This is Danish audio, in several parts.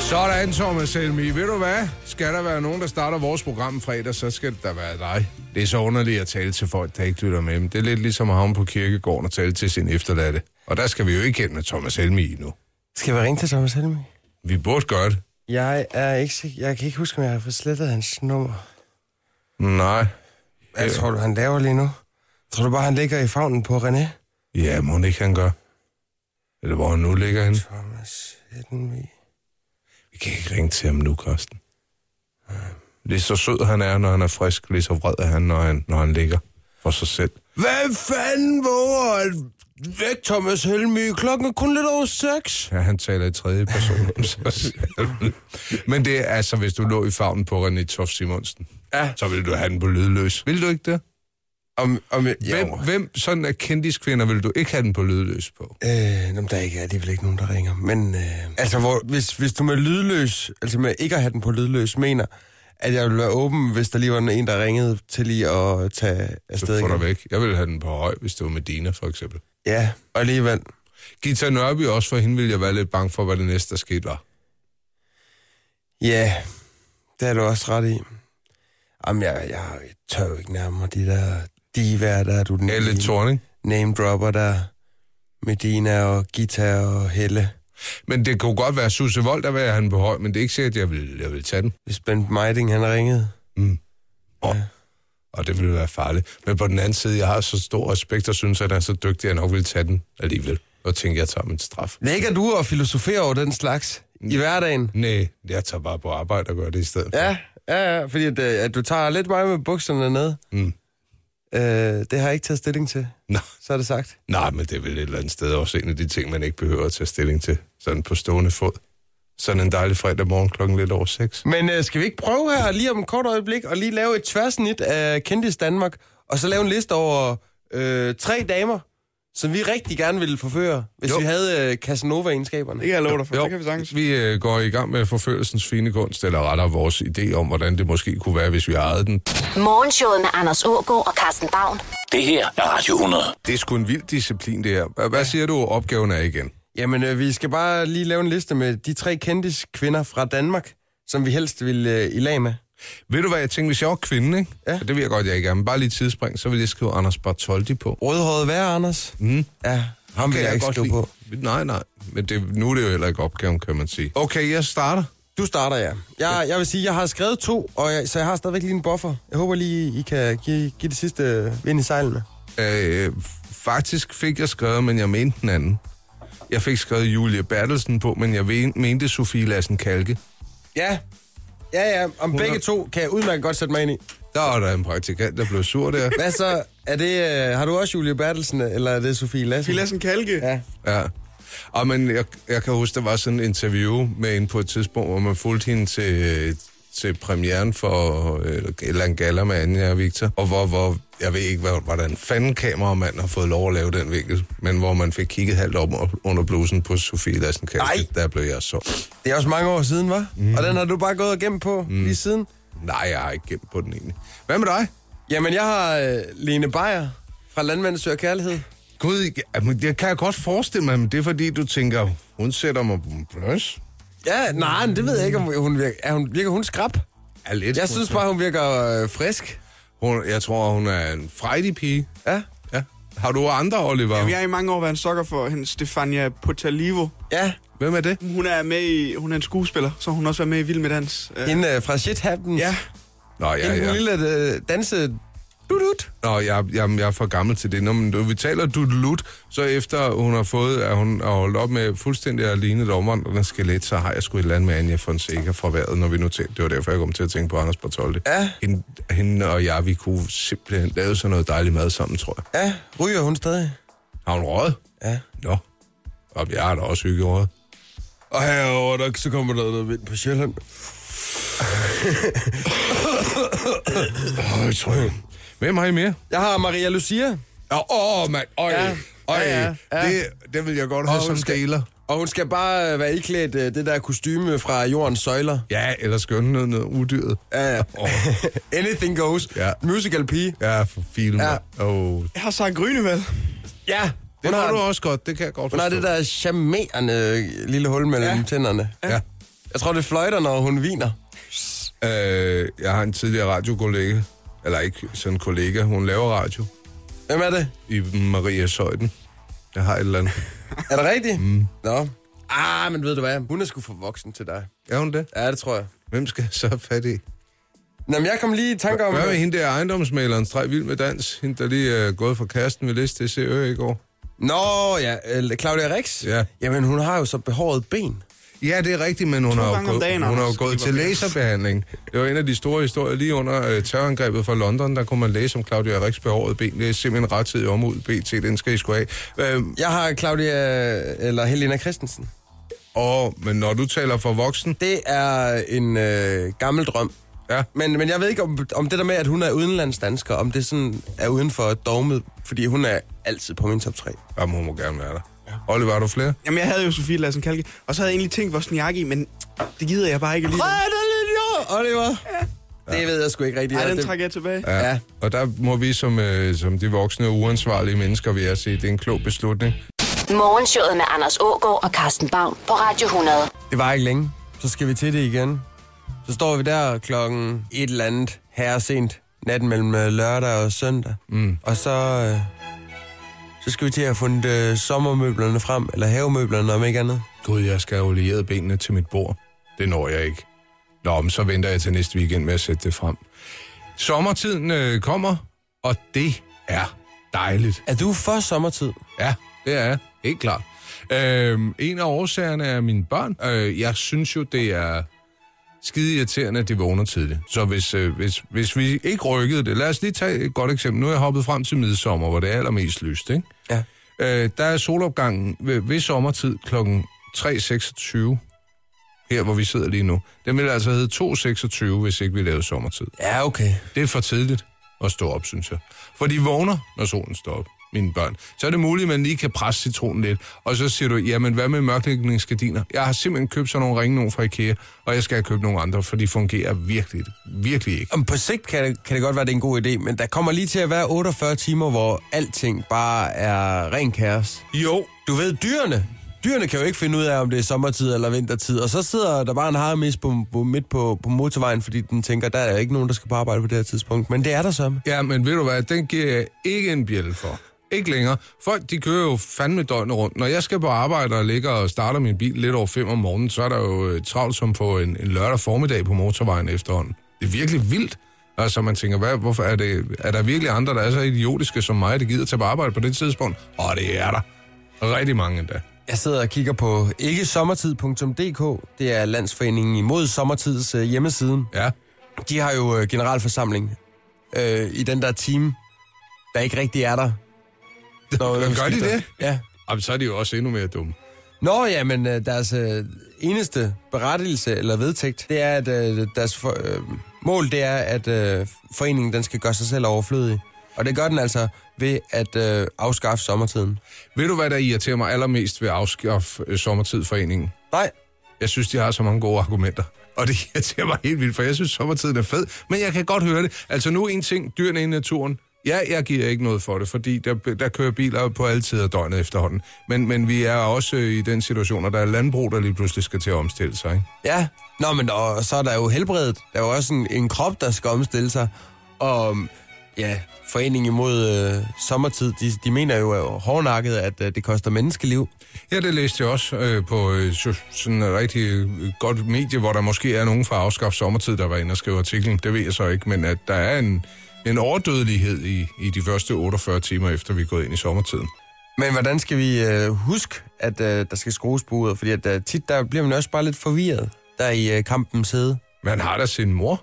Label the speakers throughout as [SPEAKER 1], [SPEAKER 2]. [SPEAKER 1] Sådan, Thomas Helmi. Ved du hvad? Skal der være nogen, der starter vores program fredag, så skal det da være dig. Det er så underligt at tale til folk, der ikke lytter med dem. Det er lidt ligesom at havne på kirkegården og tale til sin efterladte. Og der skal vi jo ikke kende Thomas Helmi nu.
[SPEAKER 2] Skal vi ringe til Thomas Helmi?
[SPEAKER 1] Vi burde gøre det.
[SPEAKER 2] Jeg er ikke sikker. Jeg kan ikke huske, om jeg har fået slettet hans nummer.
[SPEAKER 1] Nej.
[SPEAKER 2] Hvad tror du, han laver lige nu? Tror du bare, han ligger i favnen på René?
[SPEAKER 1] Ja, må ikke han gør. Eller hvor han nu ligger henne.
[SPEAKER 2] Thomas Helmi.
[SPEAKER 1] Vi kan ikke ringe til ham nu, Karsten. Lige så sød han er, når han er frisk, lige så vred er han, når han, når han ligger for sig selv.
[SPEAKER 2] Hvad fanden våger han væk, Thomas Helmi? Klokken er kun lidt over seks.
[SPEAKER 1] Ja, han taler i tredje person om sig selv. Men det er altså, hvis du lå i favnen på René Tof Simonsen,
[SPEAKER 2] Ja.
[SPEAKER 1] så ville du have den på lydløs. Vil du ikke det?
[SPEAKER 2] Om, om, jeg,
[SPEAKER 1] Hvem, hvem sådan af kendiskvinder vil du ikke have den på lydløs på?
[SPEAKER 2] Øh, nå, men der er ikke alligevel ikke nogen, der ringer. Men øh, altså, hvor, hvis, hvis du med lydløs, altså med ikke at have den på lydløs, mener, at jeg ville være åben, hvis der lige var en, der ringede til lige at tage afsted
[SPEAKER 1] Så får
[SPEAKER 2] igen.
[SPEAKER 1] dig væk. Jeg ville have den på høj, hvis det var med Dina, for eksempel.
[SPEAKER 2] Ja, og alligevel.
[SPEAKER 1] Gita Nørby også, for hende ville jeg være lidt bange for, hvad det næste, der skete var.
[SPEAKER 2] Ja, det er du også ret i. Jamen, jeg, jeg tør jo ikke nærmere de der divær, der er du den
[SPEAKER 1] Elle Thorning.
[SPEAKER 2] name dropper der. Medina og Gita og Helle.
[SPEAKER 1] Men det kunne godt være Susse Vold, der var han på høj, men det er ikke sikkert, at jeg vil, jeg vil tage den.
[SPEAKER 2] Hvis Bent Meiding, han ringede.
[SPEAKER 1] Og det ville være farligt. Men på den anden side, jeg har så stor respekt og synes, at han er så dygtig, at jeg nok vil tage den alligevel. Og tænker, jeg tager min straf.
[SPEAKER 2] Lægger du og filosoferer over den slags i hverdagen?
[SPEAKER 1] Nej, jeg tager bare på arbejde og gør det i stedet. for.
[SPEAKER 2] Ja, ja, ja fordi at, øh, at du tager lidt meget med bukserne ned.
[SPEAKER 1] Mm.
[SPEAKER 2] Øh, det har jeg ikke taget stilling til,
[SPEAKER 1] Nå,
[SPEAKER 2] så er det sagt.
[SPEAKER 1] nej, men det er vel et eller andet sted også en af de ting, man ikke behøver at tage stilling til. Sådan på stående fod. Sådan en dejlig fredag morgen klokken lidt over seks.
[SPEAKER 2] Men øh, skal vi ikke prøve her lige om et kort øjeblik og lige lave et tværsnit af Kendis Danmark, og så lave en liste over øh, tre damer, som vi rigtig gerne ville forføre, hvis
[SPEAKER 1] Jo.
[SPEAKER 2] jo. vi havde øh, Casanova-egenskaberne.
[SPEAKER 3] Det kan jeg love dig for. Det kan vi sagtens.
[SPEAKER 1] vi øh, går i gang med forførelsens fine kunst, eller rettere vores idé om, hvordan det måske kunne være, hvis vi ejede den.
[SPEAKER 4] Morgenshowet med Anders Ågaard og Carsten Baum.
[SPEAKER 5] Det her er Radio 100.
[SPEAKER 1] Det er sgu en vild disciplin, det her. Hva- Hvad siger du, opgaven er igen?
[SPEAKER 2] Jamen, øh, vi skal bare lige lave en liste med de tre kendis kvinder fra Danmark, som vi helst vil øh, i lag med.
[SPEAKER 1] Ved du hvad, jeg tænkte, hvis jeg var kvinde, ikke?
[SPEAKER 2] Ja.
[SPEAKER 1] Og det vil jeg godt, jeg ikke er, men bare lige et tidsspring, så vil jeg skrive Anders Bartoldi på.
[SPEAKER 2] Rødhåret vær, Anders. Mm. Ja, ham vil
[SPEAKER 1] Kan
[SPEAKER 2] jeg, ikke stå
[SPEAKER 1] lide.
[SPEAKER 2] på.
[SPEAKER 1] Nej, nej, men det, nu er det jo heller ikke opgaven, kan man sige. Okay, jeg starter.
[SPEAKER 2] Du starter, ja. Jeg, jeg vil sige, jeg har skrevet to, og jeg, så jeg har stadigvæk lige en buffer. Jeg håber lige, I kan give, give det sidste øh, vind i sejlene.
[SPEAKER 1] Øh, faktisk fik jeg skrevet, men jeg mente den anden. Jeg fik skrevet Julie Bertelsen på, men jeg ven- mente Sofie Lassen Kalke.
[SPEAKER 2] Ja, ja, ja. Om begge to kan jeg udmærket godt sætte mig ind i.
[SPEAKER 1] Der var der en praktikant, der blev sur der.
[SPEAKER 2] Hvad så? Er det, øh, har du også Julie Bertelsen, eller er det Sofie Lassen?
[SPEAKER 3] Sofie Lassen Kalke.
[SPEAKER 2] Ja.
[SPEAKER 1] Ja. Og men jeg, jeg kan huske, der var sådan en interview med hende på et tidspunkt, hvor man fulgte hende til, øh, til premieren for øh, eller en eller anden gala med Anja og Victor, og hvor, hvor jeg ved ikke, hvad- hvordan fanden kameramanden har fået lov at lave den vinkel, men hvor man fik kigget halvt op under blusen på Sofie Lassen
[SPEAKER 2] Nej.
[SPEAKER 1] Kalske, der blev jeg så.
[SPEAKER 2] Det er også mange år siden, var? Mm. Og den har du bare gået og gemt på mm. lige siden.
[SPEAKER 1] Nej, jeg har ikke gemt på den egentlig. Hvad med dig?
[SPEAKER 2] Jamen, jeg har øh, Lene Beyer fra Landmændens Søger Kærlighed.
[SPEAKER 1] Gud, jeg, jeg kan jeg godt forestille mig, men det er fordi, du tænker, hun sætter mig på en plads.
[SPEAKER 2] Ja, nej, men det ved jeg ikke, om hun virker. Er hun, virker hun skrab?
[SPEAKER 1] Ja, lidt.
[SPEAKER 2] Jeg synes bare, hun virker øh, frisk.
[SPEAKER 1] Hun, jeg tror, hun er en frejdig pige.
[SPEAKER 2] Ja.
[SPEAKER 1] Ja. Har du andre, Oliver?
[SPEAKER 3] Jamen, jeg har i mange år været en sokker for hende, Stefania Potalivo.
[SPEAKER 2] Ja,
[SPEAKER 1] Hvem er det?
[SPEAKER 3] Hun er med i, hun er en skuespiller, så har hun også været med i Vild med Dans. Øh,
[SPEAKER 2] hende øh, fra Shit Happens.
[SPEAKER 3] Ja,
[SPEAKER 1] Nå, ja,
[SPEAKER 2] Inden ja, ja.
[SPEAKER 1] ja.
[SPEAKER 2] lille øh, danse... Dudut.
[SPEAKER 1] Nå, jeg, jeg, jeg er for gammel til det. Når man, vi taler dudelut, så efter hun har fået, at hun har holdt op med fuldstændig at ligne et omvandrende skelet, så har jeg sgu et eller andet med Anja Fonseca fra vejret, når vi nu tænkte. Det var derfor, jeg kom til at tænke på Anders Bartoldi.
[SPEAKER 2] Ja.
[SPEAKER 1] Hende, hende og jeg, vi kunne simpelthen lave sådan noget dejligt mad sammen, tror jeg.
[SPEAKER 2] Ja, ryger hun stadig?
[SPEAKER 1] Har hun råd?
[SPEAKER 2] Ja.
[SPEAKER 1] Nå. Og jeg har da også hygget råd.
[SPEAKER 2] Og herovre, der, så kommer der noget vind på Sjælland.
[SPEAKER 1] Øj, tror jeg. Hvem har I mere?
[SPEAKER 2] Jeg har Maria Lucia,
[SPEAKER 1] Ja, Åh, oh, mand. Øj,
[SPEAKER 2] Ja.
[SPEAKER 1] øj.
[SPEAKER 2] Ja, ja, ja.
[SPEAKER 1] Det, det vil jeg godt have
[SPEAKER 2] Og hun
[SPEAKER 1] som
[SPEAKER 2] skal-
[SPEAKER 1] deler.
[SPEAKER 2] og hun skal bare øh, være iklædt øh, det der kostyme fra jordens søjler.
[SPEAKER 1] Ja, eller skønheden og udyret.
[SPEAKER 2] Ja, ja.
[SPEAKER 1] Åh.
[SPEAKER 2] Anything goes.
[SPEAKER 1] Ja.
[SPEAKER 2] Musical pige.
[SPEAKER 1] Ja, for film. Ja.
[SPEAKER 2] Ja.
[SPEAKER 1] Oh. Det
[SPEAKER 3] jeg har Sara Grønevald.
[SPEAKER 2] Ja, hun
[SPEAKER 1] hun har
[SPEAKER 2] har,
[SPEAKER 1] du også godt, det kan jeg godt
[SPEAKER 2] hun har
[SPEAKER 1] forstå.
[SPEAKER 2] det der charmerende øh, lille hul mellem ja. tænderne.
[SPEAKER 1] Ja.
[SPEAKER 2] Jeg tror, det fløjter, når hun viner.
[SPEAKER 1] Øh, jeg har en tidligere radiokollega, eller ikke sådan en kollega, hun laver radio
[SPEAKER 2] Hvem er det?
[SPEAKER 1] i Maria Søjden. Jeg har et eller andet.
[SPEAKER 2] Er det rigtigt? Mm. Nå. Ah, men ved du hvad? Hun er sgu for voksen til dig.
[SPEAKER 1] Er hun det?
[SPEAKER 2] Ja, det tror jeg.
[SPEAKER 1] Hvem skal jeg så have fat i?
[SPEAKER 2] Nå, men jeg kom lige i tanke om...
[SPEAKER 1] Hvad med hende der ejendomsmaleren, streg vild med dans? Hende, der lige er gået fra kæresten ved List til CØ i går.
[SPEAKER 2] Nå, ja. øh, Claudia Rex?
[SPEAKER 1] Ja.
[SPEAKER 2] Jamen, hun har jo så behåret ben.
[SPEAKER 1] Ja, det er rigtigt, men hun
[SPEAKER 3] To
[SPEAKER 1] har jo
[SPEAKER 3] gange om
[SPEAKER 1] gået,
[SPEAKER 3] dagen,
[SPEAKER 1] hun har jo
[SPEAKER 3] Anders
[SPEAKER 1] gået til
[SPEAKER 3] Skipper.
[SPEAKER 1] laserbehandling. Det var en af de store historier lige under øh, terrorangrebet fra London, der kunne man læse om Claudia Rix behåret ben. Det er simpelthen rettidig omud, BT, den skal I sgu af. Øh,
[SPEAKER 2] Jeg har Claudia... øh, Eller Helena Christensen.
[SPEAKER 1] og, men når du taler for voksen,
[SPEAKER 2] Det er en øh, gammel drøm.
[SPEAKER 1] Ja.
[SPEAKER 2] Men, men jeg ved ikke, om, om det der med, at hun er udenlandsdansker, om det sådan er uden for dogmet, fordi hun er altid på min top 3.
[SPEAKER 1] jamen, hun må gerne være der. Oliver, har du flere?
[SPEAKER 3] Jamen, jeg havde jo Sofie Lassen Kalke, og så havde jeg egentlig tænkt Vosniaki, men det gider jeg bare ikke lige.
[SPEAKER 2] Ej, det er lidt jo, Oliver. Ja. Det ved jeg sgu ikke rigtigt.
[SPEAKER 3] Ej,
[SPEAKER 2] og
[SPEAKER 3] den
[SPEAKER 2] det-
[SPEAKER 3] trækker jeg tilbage.
[SPEAKER 2] Ja.
[SPEAKER 1] Og der må vi som, øh, som de voksne og uansvarlige mennesker, vil jeg sige, det er en klog beslutning.
[SPEAKER 4] Morgenshowet med Anders Ågaard og Carsten Baum på Radio 100.
[SPEAKER 2] Det var ikke længe. Så skal vi til det igen. Så står vi der klokken et eller andet her sent natten mellem øh, lørdag og søndag. Mm. Og så, øh, så skal vi til at have fundet øh, sommermøblerne frem, eller havemøblerne om ikke andet.
[SPEAKER 1] Gud, jeg skal have olieret benene til mit bord. Det når jeg ikke. Nå, men så venter jeg til næste weekend med at sætte det frem. Sommertiden øh, kommer, og det er dejligt.
[SPEAKER 2] Er du for sommertid?
[SPEAKER 1] Ja, det er jeg. Helt klart. Øhm, en af årsagerne er mine børn. Øh, jeg synes jo, det er skide irriterende, at de vågner tidligt. Så hvis, øh, hvis, hvis vi ikke rykkede det... Lad os lige tage et godt eksempel. Nu er jeg hoppet frem til midsommer, hvor det er allermest lyst, ikke?
[SPEAKER 2] Ja.
[SPEAKER 1] Øh, der er solopgangen ved, ved sommertid kl. 3.26, her hvor vi sidder lige nu. Den ville altså hedde 2.26, hvis ikke vi lavede sommertid.
[SPEAKER 2] Ja, okay.
[SPEAKER 1] Det er for tidligt at stå op, synes jeg. For de vågner, når solen står op, mine børn. Så er det muligt, at man lige kan presse citronen lidt. Og så siger du, jamen hvad med mørklægningsgardiner? Jeg har simpelthen købt sådan nogle ringe nogen fra Ikea, og jeg skal have købt nogle andre, for de fungerer virkelig, virkelig ikke.
[SPEAKER 2] Om på sigt kan det, kan det godt være, at det er en god idé, men der kommer lige til at være 48 timer, hvor alting bare er ren kaos.
[SPEAKER 1] Jo,
[SPEAKER 2] Du ved, dyrene, dyrene kan jo ikke finde ud af, om det er sommertid eller vintertid, og så sidder der bare en harmis på, på, midt på, på motorvejen, fordi den tænker, der er ikke nogen, der skal på arbejde på det her tidspunkt, men det er der så.
[SPEAKER 1] Ja, men ved du hvad, den giver jeg ikke en bjælde for. Ikke længere. Folk, de kører jo fandme døgnet rundt. Når jeg skal på arbejde og ligger og starter min bil lidt over 5 om morgenen, så er der jo øh, travlt som på en, en lørdag formiddag på motorvejen efterhånden. Det er virkelig vildt. Altså, man tænker, hvad, hvorfor er, det, er der virkelig andre, der er så idiotiske som mig, der gider tage på arbejde på det tidspunkt? Og det er der. Rigtig mange endda.
[SPEAKER 2] Jeg sidder og kigger på ikke sommertid.dk, det er Landsforeningen imod sommertids øh, hjemmeside.
[SPEAKER 1] Ja.
[SPEAKER 2] De har jo øh, generalforsamling øh, i den der time, der ikke rigtig er der. Når,
[SPEAKER 1] Gør de
[SPEAKER 2] skifter.
[SPEAKER 1] det?
[SPEAKER 2] Ja.
[SPEAKER 1] Og så er de jo også endnu mere dumme.
[SPEAKER 2] Nå ja, men øh, deres øh, eneste berettigelse eller vedtægt, det er, at øh, deres for, øh, mål det er, at øh, foreningen den skal gøre sig selv overflødig. Og det gør den altså ved at øh, afskaffe sommertiden.
[SPEAKER 1] Ved du, hvad der irriterer mig allermest ved at afskaffe øh, Sommertidforeningen?
[SPEAKER 2] Nej,
[SPEAKER 1] Jeg synes, de har så mange gode argumenter. Og det irriterer mig helt vildt, for jeg synes, sommertiden er fed. Men jeg kan godt høre det. Altså nu en ting, dyrene i naturen. Ja, jeg giver ikke noget for det, fordi der, der kører biler på alle tider af døgnet efterhånden. Men, men vi er også i den situation, at der er landbrug, der lige pludselig skal til at omstille sig. Ikke?
[SPEAKER 2] Ja, Nå, men og så er der jo helbredet. Der er jo også en, en krop, der skal omstille sig. Og ja, foreningen imod øh, sommertid, de, de mener jo øh, hårdnakket, at øh, det koster menneskeliv.
[SPEAKER 1] Ja, det læste jeg også øh, på øh, så- sådan et rigtig øh, godt medie, hvor der måske er nogen fra Afskaf Sommertid, der var inde og skrev artiklen. Det ved jeg så ikke, men at der er en, en overdødelighed i, i de første 48 timer, efter vi er gået ind i sommertiden.
[SPEAKER 2] Men hvordan skal vi øh, huske, at øh, der skal skrues på uret? Fordi at, øh, tit der bliver man også bare lidt forvirret, der i øh, kampens hede.
[SPEAKER 1] Man har da sin mor.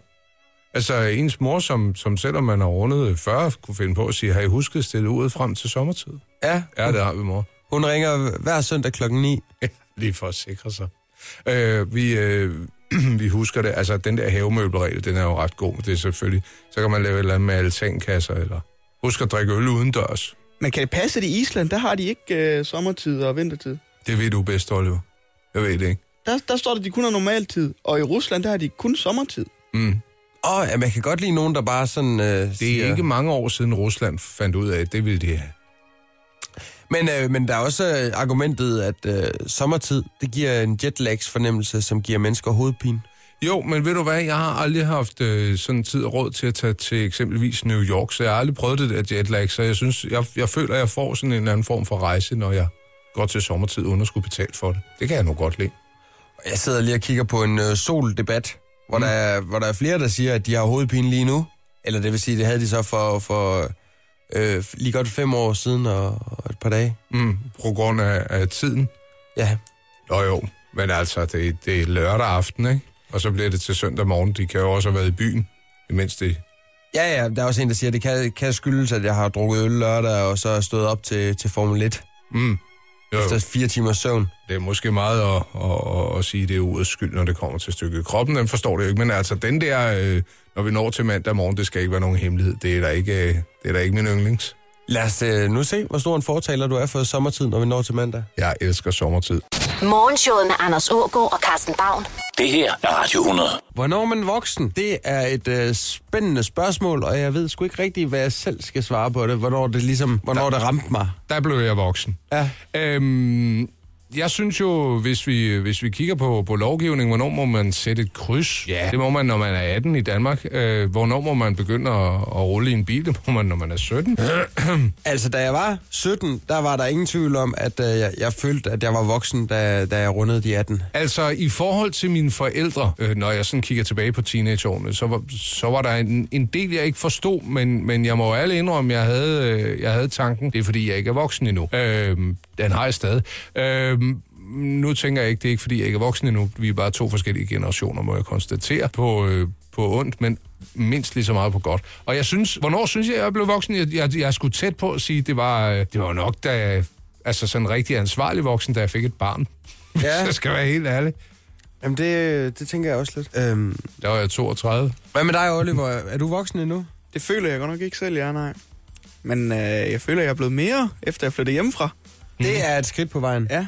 [SPEAKER 1] Altså ens mor, som, som selvom man har rundet 40, kunne finde på at sige, har I husket at stille uret frem til sommertid?
[SPEAKER 2] Ja,
[SPEAKER 1] Ja, det har vi, mor.
[SPEAKER 2] hun ringer hver søndag klokken 9.
[SPEAKER 1] Ja, Lige for at sikre sig. Øh, vi, øh, vi husker det. Altså, den der havemøbelregel, den er jo ret god. Det er selvfølgelig. Så kan man lave et eller andet med altankasser, eller husk at drikke øl udendørs.
[SPEAKER 3] Men kan det passe, at i Island, der har de ikke øh, sommertid og vintertid?
[SPEAKER 1] Det ved du bedst, Oliver. Jeg ved det ikke.
[SPEAKER 3] Der, der står der, at de kun har normaltid, og i Rusland, der har de kun sommertid.
[SPEAKER 2] Åh, oh, ja, man kan godt lide nogen, der bare sådan øh,
[SPEAKER 1] Det er
[SPEAKER 2] siger...
[SPEAKER 1] ikke mange år siden Rusland fandt ud af, at det ville de have.
[SPEAKER 2] Men, øh, men der er også øh, argumentet, at øh, sommertid, det giver en jetlags fornemmelse, som giver mennesker hovedpine.
[SPEAKER 1] Jo, men ved du hvad, jeg har aldrig haft øh, sådan tid og råd til at tage til eksempelvis New York, så jeg har aldrig prøvet det der jetlag, så jeg synes, jeg, jeg føler, at jeg får sådan en eller anden form for rejse, når jeg går til sommertid, uden at skulle betale for det. Det kan jeg nu godt lide.
[SPEAKER 2] Jeg sidder lige og kigger på en øh, soldebat, hvor, mm. der er, hvor der er flere, der siger, at de har hovedpine lige nu. Eller det vil sige, det havde de så for, for øh, lige godt fem år siden og, og et par dage.
[SPEAKER 1] Mm, på grund af, af tiden.
[SPEAKER 2] Ja,
[SPEAKER 1] Nå jo, men altså, det, det er lørdag aften, ikke? Og så bliver det til søndag morgen. De kan jo også have været i byen, imens de...
[SPEAKER 2] Ja, ja, der er også en, der siger, at det kan, kan skyldes, at jeg har drukket øl lørdag, og så er stået op til, til Formel 1
[SPEAKER 1] Mm, jo, jo.
[SPEAKER 2] efter fire timers søvn.
[SPEAKER 1] det er måske meget at, at, at, at sige, det er urets skyld, når det kommer til stykket. Kroppen, den forstår det jo ikke, men altså den der, øh, når vi når til mandag morgen, det skal ikke være nogen hemmelighed. Det er da ikke, øh, det er da ikke min yndlings.
[SPEAKER 2] Lad os øh, nu se, hvor stor en fortaler du er for sommertid, når vi når til mandag.
[SPEAKER 1] Jeg elsker sommertid.
[SPEAKER 4] Morgenshowet med Anders Ågaard og Carsten Baum.
[SPEAKER 5] Det her er Radio 100.
[SPEAKER 2] Hvornår er man voksen? Det er et øh, spændende spørgsmål, og jeg ved sgu ikke rigtigt, hvad jeg selv skal svare på det. Hvornår det ligesom, hvornår det ramte mig.
[SPEAKER 1] Der blev jeg voksen.
[SPEAKER 2] Ja.
[SPEAKER 1] Øhm, jeg synes jo, hvis vi, hvis vi kigger på, på lovgivningen, hvornår må man sætte et kryds? Ja. Det må man, når man er 18 i Danmark. Øh, hvornår må man begynde at, at rulle i en bil? Det må man, når man er 17.
[SPEAKER 2] Altså, da jeg var 17, der var der ingen tvivl om, at øh, jeg, jeg følte, at jeg var voksen, da, da jeg rundede de 18.
[SPEAKER 1] Altså, i forhold til mine forældre, øh, når jeg sådan kigger tilbage på teenageårene, så var, så var der en, en del, jeg ikke forstod, men, men jeg må jo alle indrømme, jeg havde, øh, jeg havde tanken, det er fordi, jeg ikke er voksen endnu. Øh, den har jeg stadig. Øh, nu tænker jeg ikke, det er ikke fordi, jeg ikke er voksen endnu. Vi er bare to forskellige generationer, må jeg konstatere, på, øh, på ondt, men mindst lige så meget på godt. Og jeg synes, hvornår synes jeg, jeg blev voksen? Jeg, jeg, jeg skulle tæt på at sige, det var, øh, det var nok, da jeg, altså sådan rigtig ansvarlig voksen, da jeg fik et barn. Hvis
[SPEAKER 2] Ja.
[SPEAKER 1] jeg skal være helt ærlig.
[SPEAKER 2] Jamen, det, det tænker jeg også lidt. Øhm,
[SPEAKER 1] Der var jeg 32.
[SPEAKER 2] hvad med dig, Oliver? Er du voksen endnu?
[SPEAKER 3] Det føler jeg godt nok ikke selv, jeg er, nej. Men øh, jeg føler, jeg er blevet mere, efter jeg flyttede hjemmefra.
[SPEAKER 2] Det er et skridt på vejen.
[SPEAKER 3] Ja.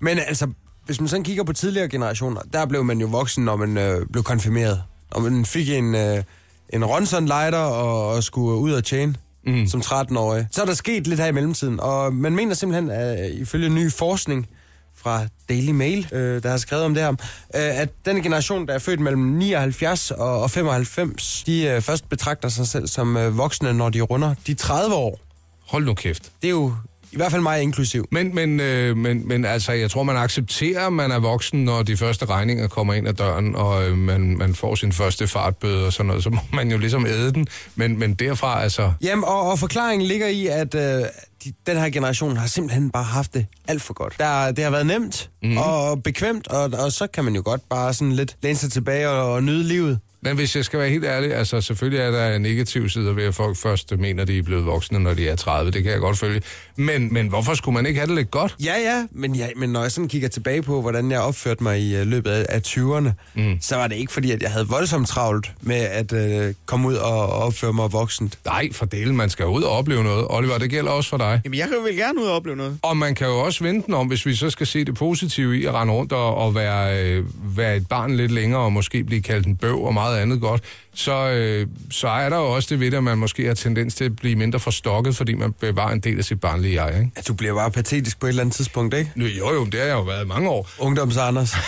[SPEAKER 2] Men altså, hvis man sådan kigger på tidligere generationer, der blev man jo voksen, når man øh, blev konfirmeret. Når man fik en, øh, en Ronson lighter og, og skulle ud og tjene mm. som 13-årig. Så er der sket lidt her i mellemtiden, og man mener simpelthen, at, øh, ifølge ny forskning fra Daily Mail, øh, der har skrevet om det her, øh, at den generation, der er født mellem 79 og, og 95, de øh, først betragter sig selv som øh, voksne, når de runder de 30 år.
[SPEAKER 1] Hold nu kæft.
[SPEAKER 2] Det er jo i hvert fald mig inklusiv.
[SPEAKER 1] Men, men, øh, men, men altså, jeg tror, man accepterer, at man er voksen, når de første regninger kommer ind ad døren, og øh, man, man får sin første fartbøde og sådan noget, så må man jo ligesom æde den. Men, men derfra, altså...
[SPEAKER 2] Jamen, og, og forklaringen ligger i, at øh, de, den her generation har simpelthen bare haft det alt for godt. Der, det har været nemt mm. og bekvemt, og, og så kan man jo godt bare sådan lidt læne sig tilbage og, og nyde livet.
[SPEAKER 1] Men hvis jeg skal være helt ærlig, altså selvfølgelig er der negative sider ved, at folk først mener, de er blevet voksne, når de er 30. Det kan jeg godt følge. Men, men hvorfor skulle man ikke have det lidt godt?
[SPEAKER 2] Ja, ja, men, ja, men når jeg sådan kigger tilbage på, hvordan jeg opførte mig i øh, løbet af, af 20'erne, mm. så var det ikke fordi, at jeg havde voldsomt travlt med at øh, komme ud og, og opføre mig voksent.
[SPEAKER 1] Nej, for delen, man skal ud og opleve noget. Oliver, det gælder også for dig.
[SPEAKER 3] Jamen, jeg vil gerne ud og opleve noget.
[SPEAKER 1] Og man kan jo også vente den om, hvis vi så skal se det positive i at rende rundt og, og være, øh, være et barn lidt længere, og måske blive kaldt en bøv og meget andet godt, så, øh, så er der jo også det ved det, at man måske har tendens til at blive mindre forstokket, fordi man bevarer en del af sit barnlige jeg, ikke?
[SPEAKER 2] At du bliver bare patetisk på et eller andet tidspunkt, ikke?
[SPEAKER 1] Nu, jo, jo, det har jeg jo været i mange år.
[SPEAKER 2] Ungdoms Anders.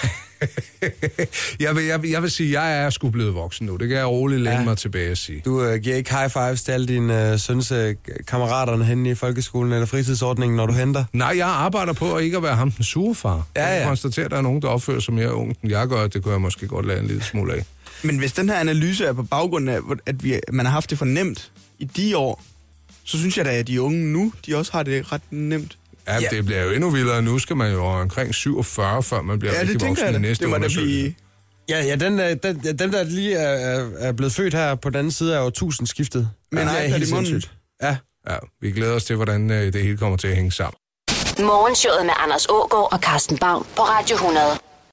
[SPEAKER 1] jeg, vil, jeg, vil, jeg vil sige, at jeg er sgu blevet voksen nu. Det kan jeg roligt læne ja. mig tilbage og sige.
[SPEAKER 2] Du øh, giver ikke high fives til alle dine øh, søns øh, kammeraterne henne i folkeskolen eller fritidsordningen, når du henter?
[SPEAKER 1] Nej, jeg arbejder på at ikke at være ham den sure far.
[SPEAKER 2] Ja,
[SPEAKER 1] Jeg
[SPEAKER 2] ja.
[SPEAKER 1] konstaterer, at der er nogen, der opfører sig mere ung, end jeg gør. Det kunne jeg måske godt lade en lille smule af.
[SPEAKER 3] Men hvis den her analyse er på baggrund af, hvor- at vi, man har haft det for nemt i de år, så synes jeg da, at de unge nu, de også har det ret nemt.
[SPEAKER 1] Ja,
[SPEAKER 2] Ja.
[SPEAKER 1] ja, det bliver jo endnu vildere. Nu skal man jo omkring 47, før man bliver
[SPEAKER 3] Ja,
[SPEAKER 1] rigtig
[SPEAKER 3] det tænker
[SPEAKER 1] voksen
[SPEAKER 3] jeg
[SPEAKER 1] i
[SPEAKER 3] da.
[SPEAKER 1] næste
[SPEAKER 3] Det må da
[SPEAKER 1] undersøgelse.
[SPEAKER 3] blive...
[SPEAKER 2] Ja, ja, den, øh, den, ja, dem, der lige er, er, er blevet født her på den anden side, er jo tusindskiftet. det
[SPEAKER 3] Men
[SPEAKER 2] er
[SPEAKER 3] iPad i
[SPEAKER 2] helt
[SPEAKER 3] munden.
[SPEAKER 2] sindssygt. Ja.
[SPEAKER 1] Ja, vi glæder os til, hvordan øh, det hele kommer til at hænge sammen.
[SPEAKER 4] Morgenshowet med Anders Ågaard og Carsten Baum på Radio 100.